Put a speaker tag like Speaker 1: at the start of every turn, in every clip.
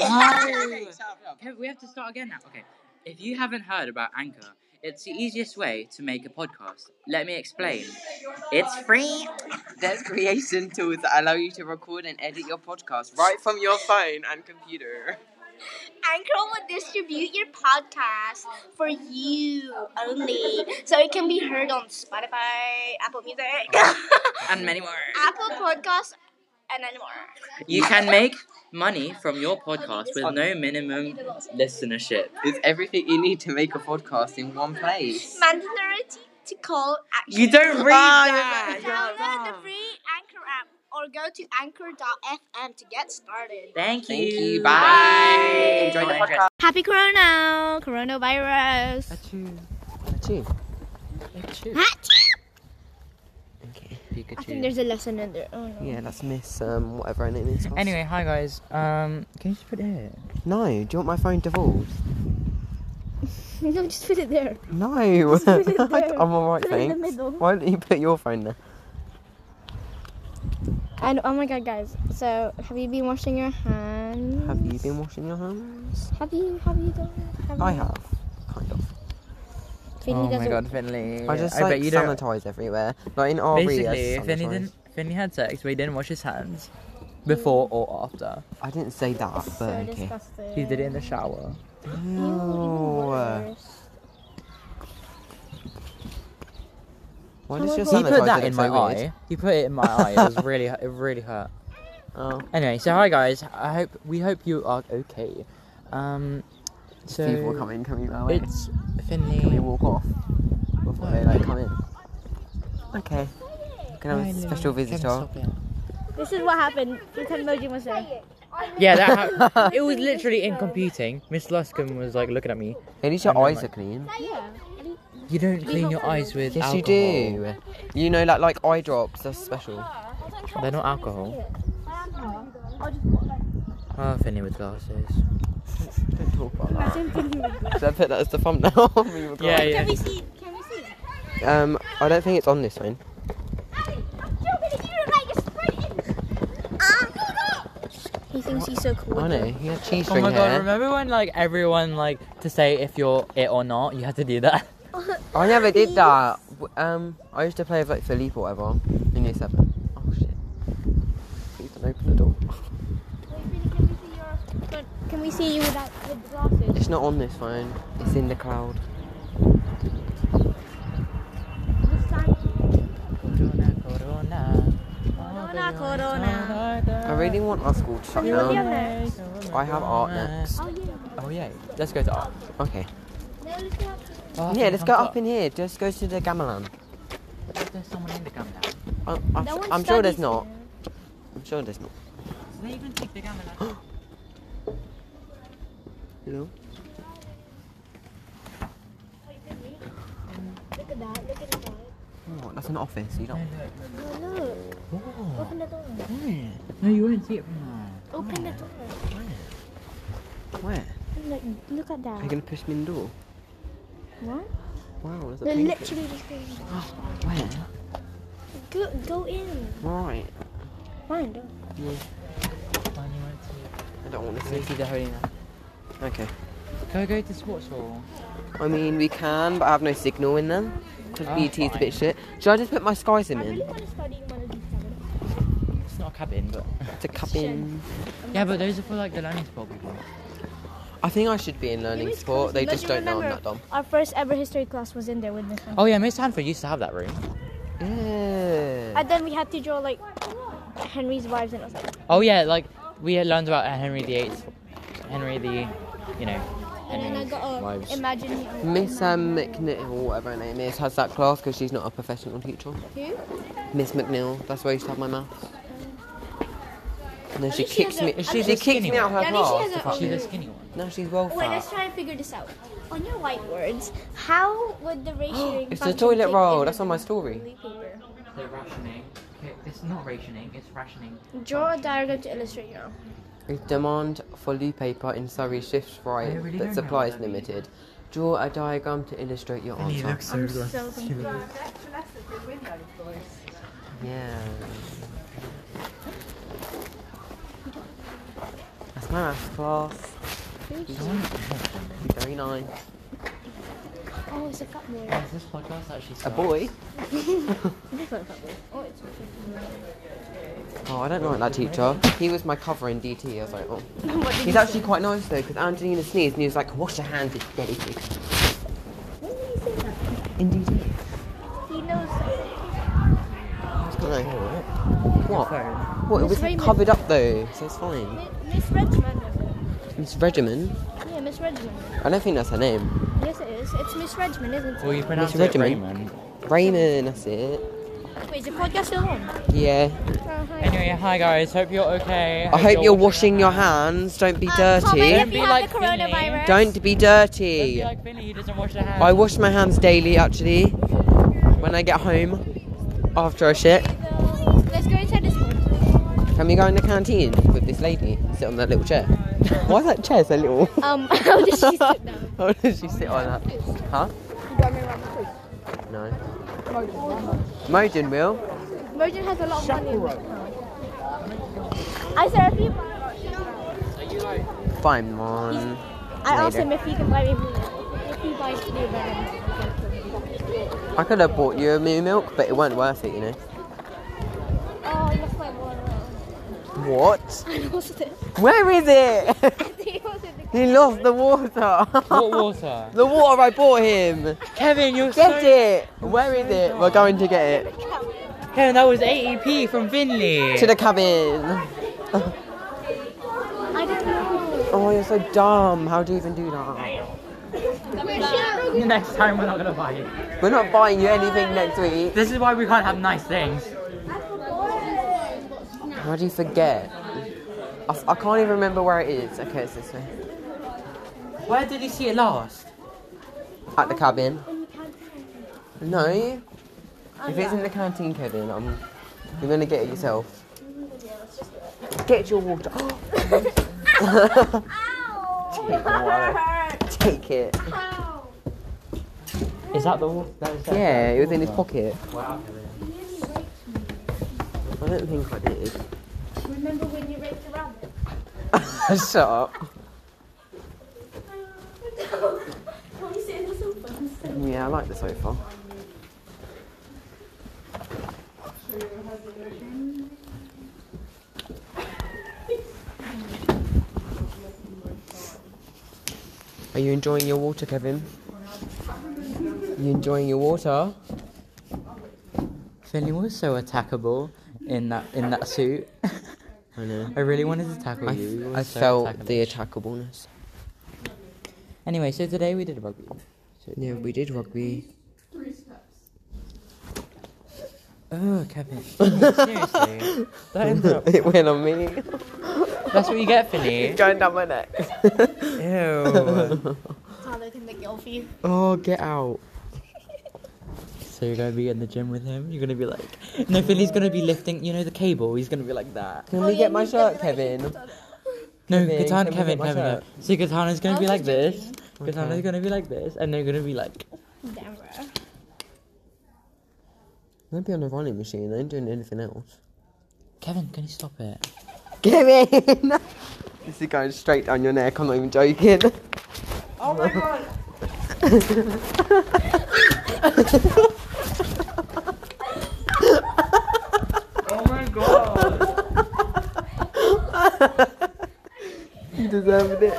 Speaker 1: No.
Speaker 2: Stop.
Speaker 1: Can- we have to start again now. Okay. If you haven't heard about Anchor, it's the easiest way to make a podcast. Let me explain. It's free.
Speaker 2: There's creation tools that allow you to record and edit your podcast right from your phone and computer.
Speaker 3: Anchor will distribute your podcast for you only, so it can be heard on Spotify, Apple Music,
Speaker 1: And many more.
Speaker 3: Apple Podcasts, and anymore.
Speaker 1: You can make money from your podcast with no minimum listenership.
Speaker 2: It's everything you need to make a podcast in one place.
Speaker 3: Mandatory to call action.
Speaker 1: You don't read
Speaker 2: Ah,
Speaker 1: that.
Speaker 2: you're
Speaker 3: Download the
Speaker 2: wrong.
Speaker 3: free Anchor app or go to anchor.fm to get started.
Speaker 1: Thank you.
Speaker 2: Thank you.
Speaker 3: Bye.
Speaker 2: Bye. Enjoy the
Speaker 1: Bye.
Speaker 2: podcast.
Speaker 3: Happy Corona, coronavirus.
Speaker 2: Okay.
Speaker 3: I think there's a lesson in there. Oh no.
Speaker 2: Yeah, let's miss um whatever her name is.
Speaker 1: Anyway, hi guys. Um, can you just put it here?
Speaker 2: No, do you want my phone divorced?
Speaker 3: no, just put it there.
Speaker 2: No.
Speaker 3: put it there.
Speaker 2: I'm alright,
Speaker 3: Put it in the
Speaker 2: thanks.
Speaker 3: middle.
Speaker 2: Why don't you put your phone there?
Speaker 3: And oh my god, guys. So, have you been washing your hands?
Speaker 2: Have you been washing your hands?
Speaker 3: Have you? Have you done? Have
Speaker 2: I
Speaker 3: you?
Speaker 2: have. Kind of.
Speaker 3: Finley
Speaker 1: oh my
Speaker 3: doesn't-
Speaker 1: god, Finley.
Speaker 2: I just
Speaker 1: I
Speaker 2: like
Speaker 1: bet you don't.
Speaker 2: sanitize everywhere. Like in our area.
Speaker 1: Basically, Finley didn't. Finley had sex, but he didn't wash his hands before or after.
Speaker 2: I didn't say that,
Speaker 3: It's
Speaker 2: but
Speaker 3: so
Speaker 2: okay.
Speaker 3: disgusting.
Speaker 1: He did it in the shower.
Speaker 3: Ew, even
Speaker 2: Oh. Ew.
Speaker 3: worse.
Speaker 2: Why
Speaker 3: Oh
Speaker 2: does
Speaker 3: my
Speaker 2: your
Speaker 3: God.
Speaker 1: He
Speaker 2: sanitizer
Speaker 1: put that
Speaker 2: look
Speaker 1: in
Speaker 2: so
Speaker 1: my
Speaker 2: weird?
Speaker 1: eye. He put it in my eye. It was really, it really hurt.
Speaker 2: Oh.
Speaker 1: Anyway, so hi guys. I hope we hope you are okay. Um, so
Speaker 2: people come in, can we go in?
Speaker 1: it's
Speaker 2: Can we
Speaker 1: Finley.
Speaker 2: walk off before they like come in? Okay. Can I have a special visitor?
Speaker 4: This is what happened because Mojin was there.
Speaker 1: Yeah, that ha- it was literally in computing. Miss Luscombe was like looking at me.
Speaker 2: At least your
Speaker 1: Oh, never
Speaker 2: eyes
Speaker 1: mind.
Speaker 2: are clean.
Speaker 4: Yeah.
Speaker 1: You don't clean your eyes with
Speaker 2: Yes, you
Speaker 1: alcohol.
Speaker 2: do. You know, like like eye drops. That's special.
Speaker 1: They're not alcohol. Oh, Finley with glasses.
Speaker 2: Don't talk about that. Should I put that as the thumbnail? We were
Speaker 1: Yeah,
Speaker 2: gone.
Speaker 1: yeah.
Speaker 4: see? Can we see?
Speaker 2: Um, I don't think it's on this one.
Speaker 3: He thinks he's so cool.
Speaker 2: I know. He had cheese
Speaker 1: Oh
Speaker 2: string
Speaker 1: my god!
Speaker 2: hair.
Speaker 1: Remember when like everyone like to say if you're it or not, you had to do that.
Speaker 2: I never did that. W- Um, I used to play with like Philippe or whatever in year seven. Oh shit! Please don't open the door.
Speaker 4: Can we see you without with the glasses?
Speaker 2: It's not on this phone. It's in the cloud.
Speaker 4: This time.
Speaker 1: Corona, corona.
Speaker 4: Corona, corona.
Speaker 2: I really want our school to shut
Speaker 4: you want Uh, the
Speaker 2: down.
Speaker 4: other? next.
Speaker 1: Um,
Speaker 2: I have art next.
Speaker 4: Oh yeah.
Speaker 1: Oh yeah, let's go to art.
Speaker 2: Okay.
Speaker 4: No, look at
Speaker 2: Yeah, let's go up in here. Just go to the gamelan.
Speaker 1: There's someone in the gum now.
Speaker 2: I- I'm,
Speaker 4: No one
Speaker 2: I'm sure there's not.
Speaker 4: studies
Speaker 2: I'm sure there's not.
Speaker 1: Do they even take the gum now?
Speaker 2: Hello.
Speaker 4: Look at that. Look at that.
Speaker 2: Oh, that's an office. You don't.
Speaker 4: Oh look. Open the door.
Speaker 2: Where?
Speaker 1: No, you won't see it from there.
Speaker 4: Open the door.
Speaker 2: Where?
Speaker 4: Look, look at
Speaker 2: Are you
Speaker 4: that.
Speaker 2: gonna push me in the door?
Speaker 4: What?
Speaker 2: Wow, there's a
Speaker 4: They're
Speaker 2: blanket.
Speaker 4: literally just going.
Speaker 2: Oh, Where?
Speaker 4: Go, go in.
Speaker 2: Right.
Speaker 4: Fine. Don't.
Speaker 1: Fine, you won't see it.
Speaker 2: I don't want to
Speaker 1: Can we
Speaker 2: see.
Speaker 1: see the holy now?
Speaker 2: Okay.
Speaker 1: Can we go to sports hall?
Speaker 2: I mean, we can, but I have no signal in them. Because
Speaker 1: Oh,
Speaker 2: BT is a
Speaker 1: fine.
Speaker 2: bit shit. Should I just put my sky sim
Speaker 4: I really
Speaker 2: in?
Speaker 4: want to study one of these seven.
Speaker 1: It's not a cabin, but
Speaker 2: To cup in.
Speaker 1: yeah, but those are for like the learning sport people.
Speaker 2: I think I should be in learning
Speaker 4: Maybe it's
Speaker 2: sport.
Speaker 4: closed,
Speaker 2: They
Speaker 4: but
Speaker 2: just
Speaker 4: you
Speaker 2: don't know I'm
Speaker 4: remember-
Speaker 2: that dumb.
Speaker 4: Our first ever history class was in there with Miss.
Speaker 1: Oh yeah, Miss Hanford used to have that room.
Speaker 2: Yeah. Oh.
Speaker 4: And then we had to draw like Henry's wives, and I was like,
Speaker 1: Oh yeah, like we had learned about Henry VIII, Henry the, you know,
Speaker 4: and then I
Speaker 1: Henry's
Speaker 4: got um, a
Speaker 1: wives.
Speaker 4: imagine
Speaker 2: Miss um, McNeil, or whatever her name is, has that class because she's not a professional teacher.
Speaker 4: Who?
Speaker 2: Miss McNeil. That's where I used to have my maths. And then she
Speaker 4: least she
Speaker 2: kicks
Speaker 4: has a-
Speaker 2: me.
Speaker 4: Is
Speaker 1: she the
Speaker 2: She kicks
Speaker 1: skinny
Speaker 2: me out of her
Speaker 4: one? Yeah, at least she has
Speaker 2: class.
Speaker 4: a-
Speaker 2: if I-
Speaker 1: Is she the skinny one?
Speaker 2: No, she's well
Speaker 4: Wait, let's
Speaker 2: fat.
Speaker 4: try and figure this out. On your whiteboards, how would the ratio?
Speaker 2: It's the
Speaker 4: function
Speaker 2: toilet
Speaker 4: fit
Speaker 2: roll,
Speaker 4: in
Speaker 2: that's on my
Speaker 4: the
Speaker 2: story.
Speaker 4: paper?
Speaker 1: The rationing. Okay, it's not rationing. It's rationing.
Speaker 4: Draw a diagram to illustrate now.
Speaker 2: With demand for loose paper in Surrey shifts
Speaker 1: I
Speaker 2: right,
Speaker 1: really don't
Speaker 2: but
Speaker 1: know
Speaker 2: supply
Speaker 1: what
Speaker 2: is
Speaker 1: that means.
Speaker 2: limited. Draw a diagram to illustrate your answer.
Speaker 1: so
Speaker 4: So confused.
Speaker 2: Yeah. That's My maths class. Very nice.
Speaker 4: Oh, it's a cup more.
Speaker 1: Guys, this podcast actually
Speaker 2: A
Speaker 1: sucks.
Speaker 2: boy?
Speaker 4: This one's a cup more. Oh, it's
Speaker 2: Oh, I don't like that teacher. He was my cover in DT. I was like, oh.
Speaker 3: What did
Speaker 2: He's
Speaker 3: you
Speaker 2: actually quite nice though, because Angelina sneezed and he was like, wash your hands, it's deadly.
Speaker 4: When did he say that?
Speaker 1: Indeed.
Speaker 4: He knows.
Speaker 2: What?
Speaker 1: Alright.
Speaker 2: What? What? It
Speaker 4: Miss
Speaker 2: was
Speaker 4: Raymond.
Speaker 2: covered up though, so it's fine.
Speaker 4: Miss Regman.
Speaker 2: Miss Regimen?
Speaker 4: Yeah, Miss Regman.
Speaker 2: I don't think that's her name.
Speaker 4: Yes, it is. It's Miss Regman, isn't it?
Speaker 1: Well, you pronounce it
Speaker 2: Regiment.
Speaker 1: Raymond.
Speaker 2: Raymond, that's it.
Speaker 4: Wait, is the podcast still on?
Speaker 2: Yeah.
Speaker 4: Oh, hi.
Speaker 1: Anyway, hi guys. Hope you're okay.
Speaker 2: I hope you're washing your hands. Don't be
Speaker 4: Comment if
Speaker 2: dirty.
Speaker 1: be
Speaker 4: you have
Speaker 1: like
Speaker 4: the
Speaker 1: Finley.
Speaker 4: coronavirus.
Speaker 2: Don't be
Speaker 1: Don't be
Speaker 2: dirty.
Speaker 1: like Finley, he doesn't wash their hands.
Speaker 2: I wash my hands daily actually when I get home after a shit.
Speaker 4: Let's go inside this one.
Speaker 2: Can we go in the canteen with this lady? Sit on that little chair. Why is that chair so little?
Speaker 4: Um, how did she sit down?
Speaker 2: How does she sit on that? Huh? No. Mojin will.
Speaker 4: Merchant has a lot of money in his account. I said, if you,
Speaker 2: Fine, man.
Speaker 4: I asked
Speaker 2: Later.
Speaker 4: him if he can buy me blue. If he buys blue venom.
Speaker 2: I could have bought you a moo milk, but it weren't worth it, you know.
Speaker 4: Oh, you lost my wallet.
Speaker 2: What?
Speaker 4: I lost it.
Speaker 2: Where is it?
Speaker 4: I think it was in the
Speaker 2: he lost the water.
Speaker 1: What water?
Speaker 2: the water I bought him.
Speaker 1: Kevin, you're
Speaker 2: Get
Speaker 1: so...
Speaker 2: it. Where is it? We're going to get it.
Speaker 1: Kevin, that was AEP from Finley.
Speaker 2: To the cabin.
Speaker 4: I don't know.
Speaker 2: Oh, you're so dumb. How do you even do that?
Speaker 1: Next time we're not gonna buy it.
Speaker 2: We're not buying you anything next week.
Speaker 1: This is why we can't have nice things.
Speaker 2: How do you forget? I, I can't even remember where it is. Okay, it's this way.
Speaker 1: Where did you see it last?
Speaker 2: At the cabin. No. If it's in the canteen, Kevin, um, you're gonna get it yourself. Get your water. Take it.
Speaker 1: Is that the water?
Speaker 2: Yeah, it was in his pocket. I don't think I did.
Speaker 4: Remember when you raped a rabbit?
Speaker 2: Shut up. Yeah, I like the sofa. Are you enjoying your water, Kevin? You enjoying your water?
Speaker 1: Finley was so attackable in that in that suit.
Speaker 2: I know.
Speaker 1: I really wanted to tackle you. You
Speaker 2: I
Speaker 1: were so
Speaker 2: felt the
Speaker 1: attackable.
Speaker 2: attackableness.
Speaker 1: Anyway, so today we did rugby.
Speaker 2: Yeah, we did rugby.
Speaker 1: Oh, Kevin. Seriously. That interrupt.
Speaker 2: it went on me.
Speaker 1: That's what you get, Finley.
Speaker 2: Going down my neck.
Speaker 1: Ew.
Speaker 3: Tyler can make it all for you.
Speaker 2: oh, get out.
Speaker 1: so you're gonna be in the gym with him? You're gonna be like No, Finley's gonna be lifting you know the cable, he's gonna be like that.
Speaker 2: Can
Speaker 3: Oh,
Speaker 2: we
Speaker 3: yeah,
Speaker 2: get my
Speaker 3: you did
Speaker 2: shirt,
Speaker 3: like-
Speaker 2: Kevin?
Speaker 1: No,
Speaker 2: Kevin, can
Speaker 1: Katana,
Speaker 2: we
Speaker 1: Kevin,
Speaker 2: get my
Speaker 1: Kevin.
Speaker 2: shirt?
Speaker 1: no. See, Katana's gonna
Speaker 3: I
Speaker 1: be
Speaker 3: was
Speaker 1: like
Speaker 3: just
Speaker 1: this.
Speaker 2: Okay.
Speaker 1: Katana's gonna be like this, and they're gonna be like,
Speaker 4: Damn right.
Speaker 2: Don't be on a running machine. I ain't doing anything else.
Speaker 1: Kevin, can you stop it?
Speaker 2: Kevin! this is going straight down your neck. I'm not even joking.
Speaker 1: Oh my god! oh my god!
Speaker 2: you deserved it.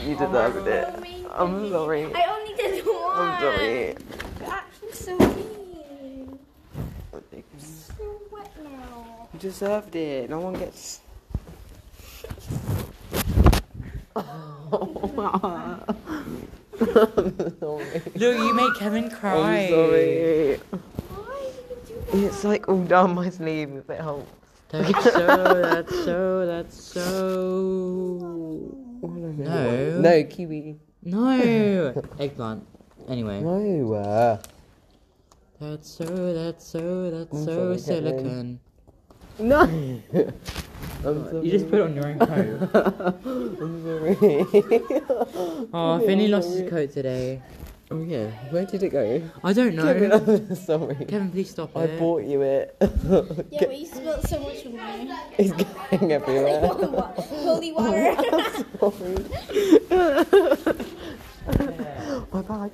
Speaker 2: you deserved it. I'm sorry.
Speaker 4: I only did one.
Speaker 2: I'm sorry.
Speaker 4: You're actually so mean. So wet now.
Speaker 2: You deserved it. No one gets. Oh, I'm sorry.
Speaker 1: Look, you made Kevin cry.
Speaker 2: I'm sorry.
Speaker 4: Why did you do that?
Speaker 2: It's like all down my sleeve if it helps.
Speaker 1: That's so, that's so, that's so. No.
Speaker 2: No, kiwi.
Speaker 1: No! Eggplant. Anyway.
Speaker 2: No. Uh,
Speaker 1: That's so, that's so, that's
Speaker 2: I'm
Speaker 1: so
Speaker 2: sorry, Kevin.
Speaker 1: silicon.
Speaker 2: no. I'm sorry.
Speaker 1: You just put on your own coat.
Speaker 2: I'm sorry.
Speaker 1: Oh, Finny lost his coat today.
Speaker 2: Oh yeah, where did it go?
Speaker 1: I don't
Speaker 2: Kevin,
Speaker 1: know.
Speaker 2: I'm sorry.
Speaker 1: Kevin, please stop
Speaker 2: I
Speaker 1: it.
Speaker 2: bought you it.
Speaker 4: Yeah, but you spilled so much wine.
Speaker 2: it's going everywhere.
Speaker 4: Holy wa- holy water.
Speaker 2: sorry. My bag.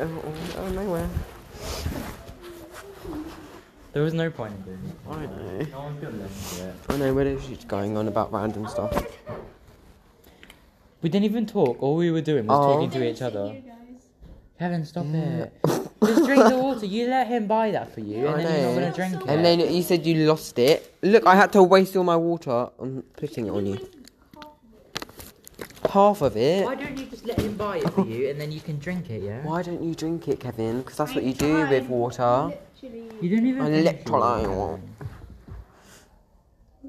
Speaker 2: Oh, oh, nowhere.
Speaker 1: There was no point in doing
Speaker 2: I know.
Speaker 1: it. No one's gonna listen to it.
Speaker 2: I know, where is she going on about random stuff?
Speaker 1: We didn't even talk. All we were doing was
Speaker 2: Oh.
Speaker 1: talking to each other. Kevin, stop it. Just drink the water. You let him buy that for you, and
Speaker 2: I
Speaker 1: then you're not
Speaker 2: know.
Speaker 1: gonna drink it.
Speaker 2: And then you said you lost it. Look, I had to waste all my water on putting it on you. Half of it.
Speaker 1: why don't you just let him buy it for you, and then you can drink it, yeah?
Speaker 2: Why don't you drink it, Kevin? Because that's what you do with water.
Speaker 1: You don't even.
Speaker 2: An
Speaker 1: finish your
Speaker 2: electrolyte
Speaker 1: water.
Speaker 2: one.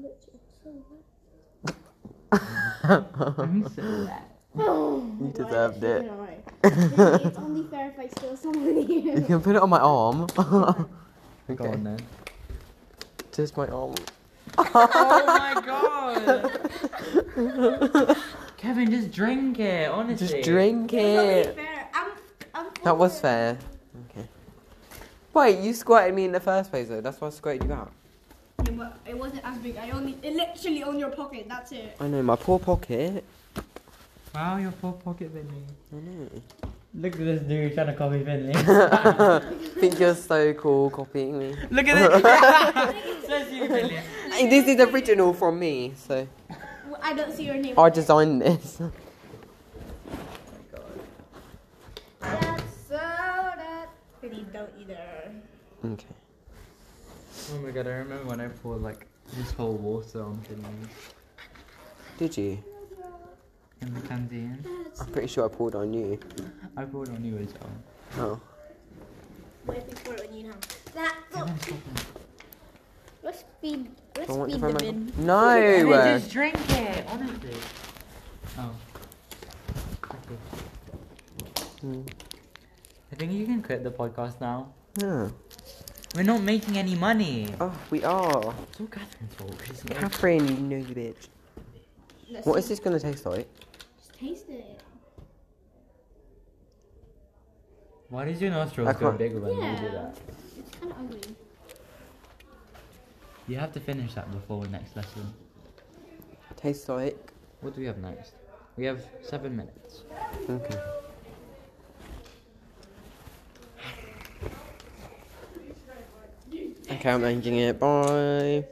Speaker 1: I'm so wet.
Speaker 2: You deserved it.
Speaker 4: it's only fair if I steal some of
Speaker 2: You
Speaker 4: you.
Speaker 2: can put it on my arm.
Speaker 1: Go
Speaker 2: okay,
Speaker 1: on then.
Speaker 2: just my arm.
Speaker 1: oh my god! Kevin, just drink it. Honestly.
Speaker 2: Just drink it.
Speaker 4: fair. I'm, I'm
Speaker 2: That was fair. Okay. Wait, you squirted me in the first place though. That's why I squirted you out.
Speaker 4: Yeah, but it wasn't as big. I only, it literally on your pocket. That's it.
Speaker 2: I know my poor pocket.
Speaker 1: Wow, your poor pocket, Vinny.
Speaker 2: I know.
Speaker 1: Look at this dude trying to copy Vinny.
Speaker 2: Think you're so cool copying me.
Speaker 1: Look at this. Says you, Vinny.
Speaker 2: Hey, this is original from me, so
Speaker 4: Well, I don't see your name.
Speaker 2: I designed this.
Speaker 4: That's so that. Really don't either.
Speaker 2: Okay.
Speaker 1: Oh my god, I remember when I poured like this whole water on Vinny
Speaker 2: Did you?
Speaker 1: in the canteen.
Speaker 2: I'm pretty sure I poured on you.
Speaker 1: I poured on you as well.
Speaker 2: Oh.
Speaker 4: Wait before when you know. That's
Speaker 1: Kevin, stop it.
Speaker 4: Let's feed. Let's
Speaker 2: I want to
Speaker 4: feed
Speaker 2: throw
Speaker 4: them
Speaker 2: my-
Speaker 4: in.
Speaker 2: No.
Speaker 1: Kevin,
Speaker 2: uh,
Speaker 1: just drink it, honestly. Oh. Okay.
Speaker 2: Hmm.
Speaker 1: I think you can quit the podcast now.
Speaker 2: no.
Speaker 1: We're not making any money.
Speaker 2: Oh, we are.
Speaker 1: It's all Catherine's fault. She's like-
Speaker 2: Catherine, you nosy bitch.
Speaker 4: Let's
Speaker 2: What is this gonna taste like?
Speaker 4: Just taste it.
Speaker 1: Why does your
Speaker 2: I
Speaker 1: nostrils go
Speaker 2: can't-
Speaker 1: bigger when you do
Speaker 4: Yeah.
Speaker 1: that?
Speaker 4: It's kind of ugly.
Speaker 1: You have to finish that before next lesson.
Speaker 2: Tastes like.
Speaker 1: What do we have next? We have seven minutes.
Speaker 2: Okay. Okay, I'm ending it. Bye.